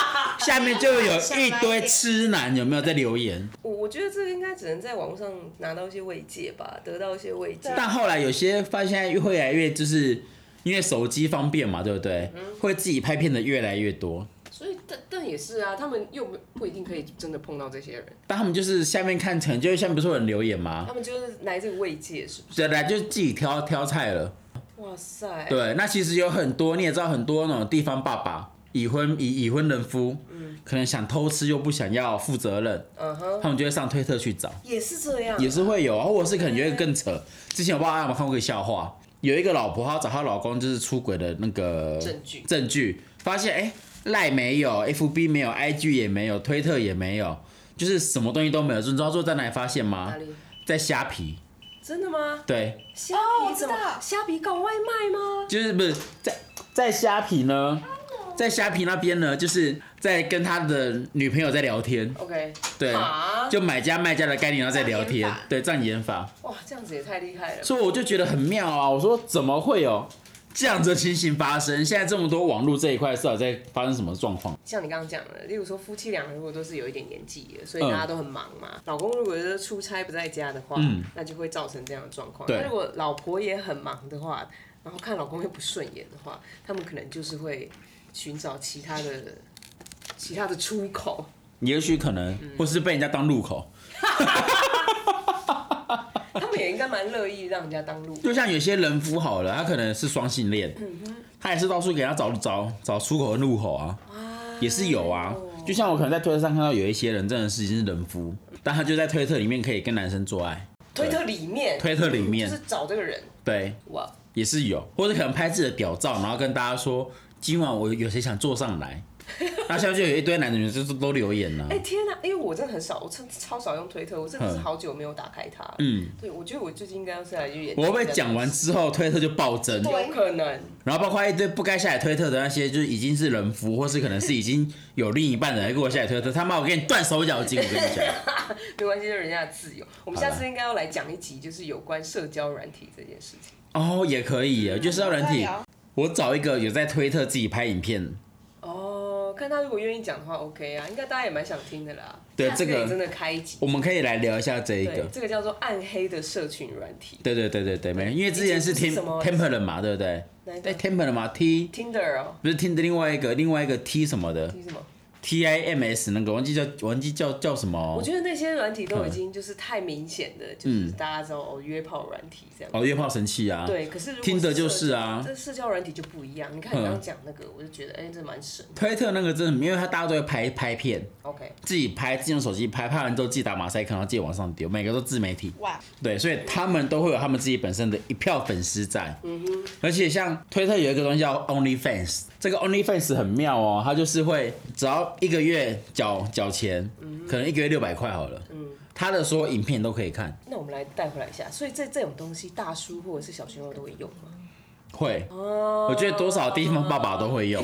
Speaker 2: 下面就有一堆痴男，有没有在留言？
Speaker 1: 我我觉得这个应该只能在网上拿到一些慰藉吧，得到一些慰藉。
Speaker 2: 但后来有些发现越越来越就是。因为手机方便嘛，对不对？会自己拍片的越来越多，
Speaker 1: 所以，但但也是啊，他们又不不一定可以真的碰到这些人，
Speaker 2: 但他们就是下面看，可能就是下面不是有人留言吗？
Speaker 1: 他们就是来这个慰藉，是不是？
Speaker 2: 对来就自己挑挑菜了。
Speaker 1: 哇塞，
Speaker 2: 对，那其实有很多，你也知道很多那种地方爸爸已婚已已婚人夫，可能想偷吃又不想要负责任，
Speaker 1: 嗯哼，
Speaker 2: 他们就会上推特去找，
Speaker 1: 也是这样，
Speaker 2: 也是会有，或者是可能觉得更扯。之前我不知道大家有没有看过一个笑话，有一个老婆她找她老公就是出轨的那个
Speaker 1: 证据
Speaker 2: 证据，发现哎赖没有，FB 没有，IG 也没有，推特也没有，就是什么东西都没有。你知道最后在哪里发现吗
Speaker 1: 哪？里？
Speaker 2: 在虾皮，
Speaker 1: 真的吗？
Speaker 2: 对，
Speaker 1: 虾
Speaker 4: 哦我
Speaker 1: 皮
Speaker 4: 知
Speaker 1: 怎么？
Speaker 4: 道
Speaker 1: 虾皮搞外卖吗？
Speaker 2: 就是不是在在虾皮呢，在虾皮那边呢，就是在跟他的女朋友在聊天，
Speaker 1: OK，
Speaker 2: 对，
Speaker 1: 啊，
Speaker 2: 就买家卖家的概念，然后再聊
Speaker 4: 障眼
Speaker 2: 天
Speaker 4: 法，
Speaker 2: 对，障眼演法，
Speaker 1: 哇，这样子也太厉害了吧。
Speaker 2: 所以我就觉得很妙啊，我说怎么会有这样子的情形发生？现在这么多网络这一块，到底在发生什么状况？
Speaker 1: 像你刚刚讲的，例如说夫妻俩如果都是有一点年纪的，所以大家都很忙嘛。老公如果是出差不在家的话，
Speaker 2: 嗯
Speaker 1: 那就会造成这样的状况。
Speaker 2: 对
Speaker 1: 那如果老婆也很忙的话，然后看老公又不顺眼的话，他们可能就是会寻找其他的其他的出口。
Speaker 2: 也许可能，或是被人家当路口，
Speaker 1: 他们也应该蛮乐意让人家当路人。
Speaker 2: 就像有些人夫好了，他可能是双性恋，他也是到处给他找找找出口跟路口啊，也是有啊。就像我可能在推特上看到有一些人真的是已经是人夫，但他就在推特里面可以跟男生做爱，
Speaker 1: 推特里面，
Speaker 2: 推特里
Speaker 1: 就
Speaker 2: 面
Speaker 1: 是找这个人，
Speaker 2: 对
Speaker 1: 哇，
Speaker 2: 也是有，或者可能拍自己的屌照，然后跟大家说今晚我有谁想坐 上来，那下面就有一堆男女就是都留言了、
Speaker 1: 哎、天哪、因为我真的很少，我真的超少用推特，我真的是
Speaker 2: 嗯
Speaker 1: 好久没有打开它了。
Speaker 2: 嗯，
Speaker 1: 对，我觉得我最近应该要是来去研究。
Speaker 2: 我会不会讲完之后推特就暴增？
Speaker 1: 有可能，
Speaker 2: 然后包括一堆不该下载推特的那些，就是已经是人夫，或是可能是已经有另一半的人给我下载推特，他妈我给你断手脚筋！我跟你讲，
Speaker 1: 没关系，就是人家的自由。我们
Speaker 2: 好
Speaker 1: 下
Speaker 2: 啦
Speaker 1: 次应该要来讲一集，就是有关社交软体这件事情。
Speaker 2: 哦，也可以耶，就是要人
Speaker 3: 再
Speaker 2: 体。
Speaker 1: 啊
Speaker 3: 聊
Speaker 2: 我找一个有在推特自己拍影片，
Speaker 1: 哦，看他如果愿意讲的话，OK 啊，应该大家也蛮想听的啦。
Speaker 2: 对
Speaker 1: 下次
Speaker 2: 这
Speaker 1: 可以真
Speaker 2: 个，
Speaker 1: 的开一集。
Speaker 2: 我们可以来聊一下这一
Speaker 1: 对
Speaker 2: 个，。
Speaker 1: 这个叫做暗黑的社群软体
Speaker 2: 对对对对对，没，因为之前是
Speaker 1: 这是
Speaker 2: Tem
Speaker 1: 什么
Speaker 2: Temple 人嘛，对不对？
Speaker 1: 哪一个
Speaker 2: 对 Temple 人嘛，T
Speaker 1: ，Tinder 哦，
Speaker 2: 不是 T 的另外一个另外一个 T 什么的
Speaker 1: 听什么？
Speaker 2: T I M S 那个忘记叫忘记叫叫什么
Speaker 1: 我觉得那些软体
Speaker 2: 嗯
Speaker 1: 都已经就是太明显的，就是大家知道哦，约炮软体这样。
Speaker 2: 哦，约炮神器啊，
Speaker 1: 对，可是如果
Speaker 2: 听的就
Speaker 1: 社
Speaker 2: 是啊嗯
Speaker 1: 这社交软体就不一样。你看你刚刚讲那个，我就觉得哎，这蛮神。
Speaker 2: 推特那个真的，因为他大家都会拍拍片，
Speaker 1: OK，
Speaker 2: 自己拍，自己用手机拍，拍完之后自己打马赛克，然后自己往上丢，每个都自媒体。
Speaker 4: 哇，
Speaker 2: 对，所以他们都会有他们自己本身的一票粉丝在。嗯哼。而且像推特有一个东西叫 OnlyFans，这个 OnlyFans 很妙哦，它就是会只要一个月缴缴钱，
Speaker 1: 嗯
Speaker 2: 可能一个月六百块好了，嗯，他的所有影片都可以看，
Speaker 1: 那我们来带回来一下。所以这这种东西，大叔或者是小鲜肉都会用吗？
Speaker 2: 会，
Speaker 1: 哦，
Speaker 2: 我觉得多少地方爸爸都会用，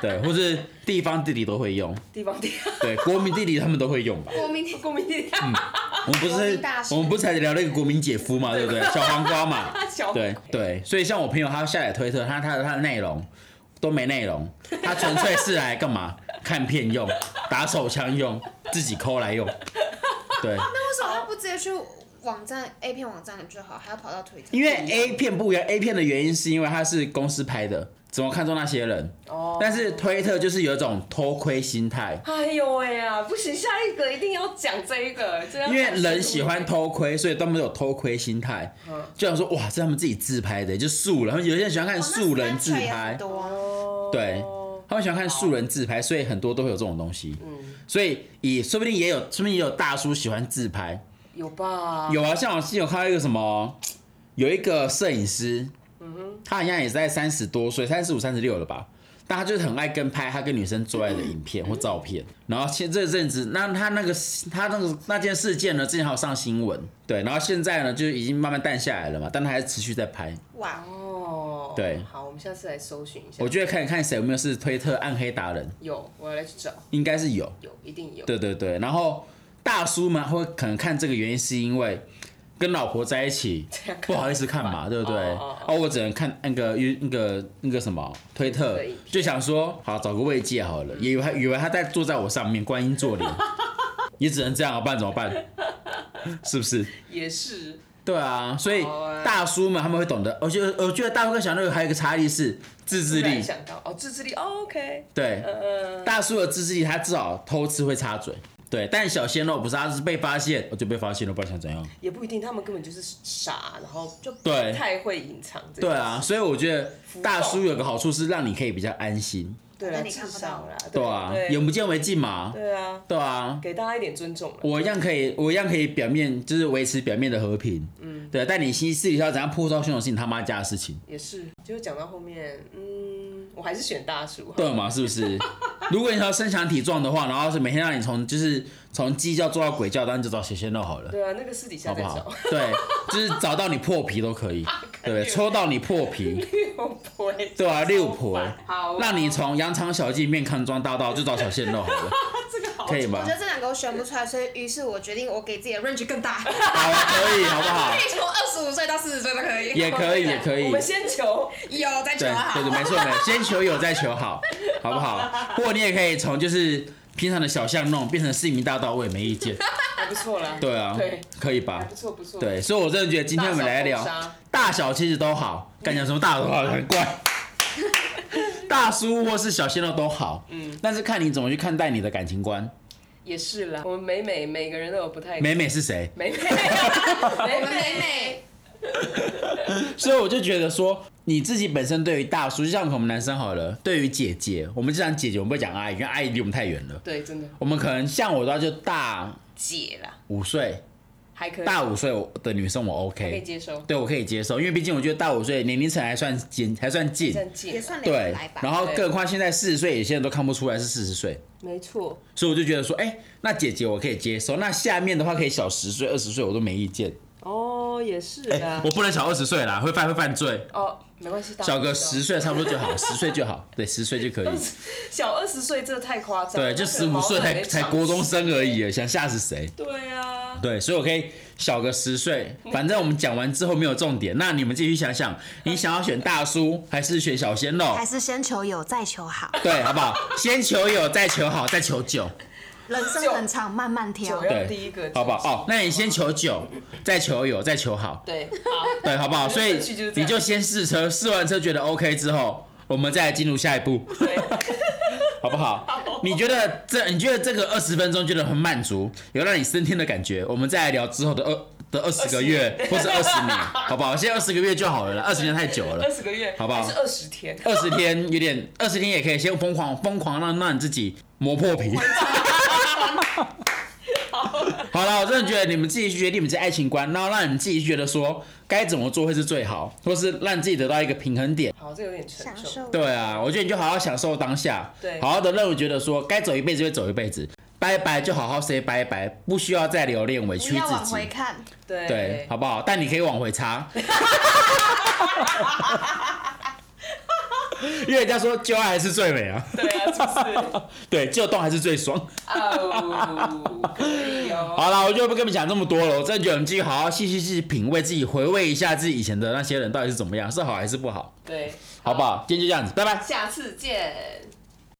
Speaker 2: 对，或是地方弟弟都会用，
Speaker 1: 地方地
Speaker 2: 对，国民弟弟他们都会用吧。
Speaker 4: 国民
Speaker 1: 公民地
Speaker 2: 嗯我们不
Speaker 3: 国
Speaker 2: 是
Speaker 3: 民大使
Speaker 2: 我们不是才聊那个国民姐夫嘛，对不对？小黄瓜嘛，
Speaker 1: 小
Speaker 2: 对对，所以像我朋友他下载推特，他他的他的内容都没内容，他纯粹是来干嘛？看片用，打手枪用，自己抠来用。对，
Speaker 3: 那为什么他不直接去网站 A 片网站里就好，还要跑到推特？
Speaker 2: 因为 A 片不一样，A 片的原因是因为它是公司拍的，怎么看中那些人？
Speaker 1: 哦，
Speaker 2: 但是推特就是有一种偷窥心态，
Speaker 1: 哎呦喂呀，不行，下一个一定要讲这一个，这样
Speaker 2: 因为人喜欢偷窥，所以他们有偷窥心态，
Speaker 3: 嗯
Speaker 2: 就想说哇，这是他们自己自拍的，就素人，他们有些人喜欢看
Speaker 3: 哦
Speaker 2: 素人自
Speaker 3: 那 Snapchat 也
Speaker 2: 拍
Speaker 3: 很，多啊
Speaker 1: 哦，
Speaker 2: 对他们喜欢看素人自拍，所以很多都会有这种东西。
Speaker 3: 嗯
Speaker 2: 所以也说不定也有，说不定也有大叔喜欢自拍。
Speaker 1: 有吧？
Speaker 2: 有啊，像我之前有看到一个什么，有一个摄影师，他好像也是在三十多岁，三十五、三十六了吧。但他就是很爱跟拍他跟女生做爱的影片或照片。然后现这阵子，那他那个他那个那件事件呢，之前还有上新闻，对，然后现在呢就已经慢慢淡下来了嘛，但他还是持续在拍。
Speaker 3: 哇，
Speaker 1: 哦，
Speaker 2: 对
Speaker 1: 好，我们下次来搜寻一下。
Speaker 2: 我觉得看看谁有没有是推特暗黑达人，
Speaker 1: 有，我要来去找，
Speaker 2: 应该是有。
Speaker 1: 有，一定有。
Speaker 2: 对对对，然后大叔们会可能看这个原因是因为跟老婆在一起
Speaker 1: 这样看
Speaker 2: 不好意思看嘛，对不对？
Speaker 1: 哦
Speaker 2: 哦
Speaker 1: 哦，
Speaker 2: 我只能看那个那个那个什么推特
Speaker 1: 对，
Speaker 2: 就想说好找个慰藉好了，以为他以为他在坐在我上面观 音坐莲，也只能这样，不然怎么办？是不是？
Speaker 1: 也是，
Speaker 2: 对啊，所以
Speaker 1: 好啊
Speaker 2: 大叔们他们会懂得，我觉得我觉得大叔跟小六还有一个差异是自制
Speaker 1: 突然
Speaker 2: 力，
Speaker 1: 想到哦，自制力、哦、，OK，
Speaker 2: 对，大叔的自制力，他至少偷吃会插嘴。对，但小鲜肉不是，他是被发现，哦我就被发现了，不知道想怎样。
Speaker 1: 也不一定，他们根本就是傻，然后就不
Speaker 2: 对
Speaker 1: 太会隐藏这个。
Speaker 2: 对啊，所以我觉得大叔有个好处是让你可以比较安心，
Speaker 1: 对
Speaker 3: 那
Speaker 1: 啊，
Speaker 3: 你看
Speaker 1: 至
Speaker 3: 不
Speaker 1: 少
Speaker 3: 到
Speaker 1: 啦，
Speaker 2: 对啊，
Speaker 1: 对
Speaker 2: 眼不见为净嘛，
Speaker 1: 对啊，
Speaker 2: 对啊，
Speaker 1: 给大家一点尊重了。
Speaker 2: 我一样可以，我一样可以表面就是维持表面的和平，嗯，对，但你心私底下怎样破刀凶手是你他妈家的事情，
Speaker 1: 也是，就讲到后面，嗯，我还是选大叔。
Speaker 2: 对嘛，是不是？如果你要身强体壮的话，然后是每天让你从就是从鸡叫做到鬼叫，当然就找小鲜肉好了。
Speaker 1: 对啊，那个私底下
Speaker 2: 好不
Speaker 1: 再
Speaker 2: 好
Speaker 1: 找。？
Speaker 2: 对，就是找到你破皮都可以，
Speaker 1: 看六
Speaker 2: 对，抽到你 破皮，
Speaker 1: 六婆，
Speaker 2: 对啊，六婆，
Speaker 1: 好啊，
Speaker 2: 让你从羊肠小径面看庄大道，就找小鲜肉好了，
Speaker 1: 这个好
Speaker 2: 可以
Speaker 3: 我
Speaker 2: 吗
Speaker 3: 觉？得这两个我选不出来，所以于是我决定我给自己的 range 更大，
Speaker 2: 好啊，可以，好不好
Speaker 3: 可？以从二十五岁到四十岁都 可以。
Speaker 2: 也可以，也可以
Speaker 1: 我，们先求
Speaker 3: 有在求
Speaker 2: 对
Speaker 3: 好
Speaker 2: 对对，没错没错，先求有再求好，好不好？或者你也可以从就是平常的小巷弄变成市民大道，我也没意见。
Speaker 1: 还不错啦。
Speaker 2: 对啊
Speaker 1: 对，
Speaker 2: 可以
Speaker 1: 还
Speaker 2: 吧
Speaker 1: 不？错不错。
Speaker 2: 对，所以我真的觉得今天我们来聊
Speaker 1: 大小封杀
Speaker 2: 大小其实都好，干讲什么大的
Speaker 1: 嗯
Speaker 2: 话 很怪。大叔或是小鲜肉都好，嗯，但是看你怎么去看待你的感情观。
Speaker 1: 也是啦。我们美美每个人都有不太
Speaker 2: 美美是谁？
Speaker 1: 美 美美
Speaker 3: 我们美
Speaker 1: 美
Speaker 3: 美，
Speaker 2: 所以我就觉得说，你自己本身对于大叔，就像我们男生好了，对于姐姐，我们就讲姐姐，我们不会讲阿姨，因为阿姨离我们太远了。
Speaker 1: 对，真的
Speaker 2: 我们可能像我的话，就大
Speaker 1: 姐啦，
Speaker 2: 五岁，
Speaker 1: 还可以，
Speaker 2: 大五岁的女生我
Speaker 1: 可以
Speaker 2: OK，
Speaker 1: 接受，
Speaker 2: 对我可以接受，因为毕竟我觉得大五岁年龄层还算近，还算近
Speaker 1: 这。样
Speaker 3: 也
Speaker 1: 姐，
Speaker 3: 算聊得
Speaker 2: 对
Speaker 3: 来吧，。
Speaker 2: 然后
Speaker 1: 对
Speaker 2: 更何况现在四十岁，有些人都看不出来是四十岁。
Speaker 1: 没错，
Speaker 2: 所以我就觉得说，哎、那姐姐我可以接受，那下面的话可以小十岁、二十岁，我都没意见。
Speaker 1: 哦，也是
Speaker 2: 哎、
Speaker 1: 啦
Speaker 2: 我。不能小二十岁啦，会犯会犯罪。
Speaker 1: 哦，没关系，大家
Speaker 2: 小个
Speaker 1: 知道
Speaker 2: 十岁差不多就好，十岁就好，对，十岁就可以。
Speaker 1: 小二十岁，这太夸张了。
Speaker 2: 对，就
Speaker 1: 那
Speaker 2: 十
Speaker 1: 个
Speaker 2: 五
Speaker 1: 毛
Speaker 2: 岁
Speaker 1: 都还
Speaker 2: 才
Speaker 1: 没
Speaker 2: 才
Speaker 1: 长
Speaker 2: 国中生而
Speaker 1: 出来。
Speaker 2: 已，想吓死谁？
Speaker 1: 对啊，
Speaker 2: 对，所以我可以小个十岁。
Speaker 1: 嗯
Speaker 2: 反正我们讲完之后没有重点，那你们继续想想，你想要选大叔还是选小鲜肉
Speaker 3: 还？是先求有再求 好，
Speaker 2: 对，好不好？先求有，再求好，再求久，
Speaker 3: 人生很长，慢慢挑
Speaker 1: 九。要
Speaker 2: 对
Speaker 1: 第一个，
Speaker 2: 好不好？哦，那你先求久，再求有，再求好。
Speaker 1: 对，好，
Speaker 2: 对，好不好？
Speaker 1: 我觉
Speaker 2: 所
Speaker 1: 得
Speaker 2: 以
Speaker 1: 顺序就是这
Speaker 2: 你
Speaker 1: 样
Speaker 2: 就先试车，试完车觉得 OK 之后，我们再进入下一步，
Speaker 1: 对，
Speaker 2: 好不好？你觉得这你觉得这个二十分钟觉得很满足，有让你升天的感觉，我们再来聊之后的二的二十个月或是二十年，好不好？现在二十个月就好了啦，二十年太久 了
Speaker 1: 二。十个月，
Speaker 2: 好不好
Speaker 1: 还是二十天，
Speaker 2: 二十天有点，二十天也可以先疯狂疯狂让让你自己磨破皮。好了，我真的觉得你们自己去决定你们自己爱情观，然后让你们自己觉得说该怎么做会是最好，或是让自己得到一个平衡点。
Speaker 1: 好，这有点沉
Speaker 3: 享
Speaker 1: 重，
Speaker 3: 受
Speaker 2: 对啊，我觉得你就好好享受当下，
Speaker 1: 对
Speaker 2: 好好的让我觉得说该走一辈子就走一辈子，拜拜就好好 say 拜拜，不需要再留恋委
Speaker 3: 不
Speaker 2: 屈
Speaker 3: 要
Speaker 2: 自
Speaker 3: 往
Speaker 2: 己
Speaker 3: 回，看，
Speaker 1: 对
Speaker 2: 对，好不好？但你可以往回 插。因为人家说旧爱还是最美啊，
Speaker 1: 对啊，是不是？
Speaker 2: 对，旧动还是最爽。
Speaker 1: 哦，可以哦，
Speaker 2: 好啦，我就不跟你们讲这么多了，我真的觉得你们自己好好细细细品味自己，回味一下自己以前的那些人到底是怎么样，是好还是不好，
Speaker 1: 对，
Speaker 2: 好不好？今天就这样子，拜拜。
Speaker 1: 下次见。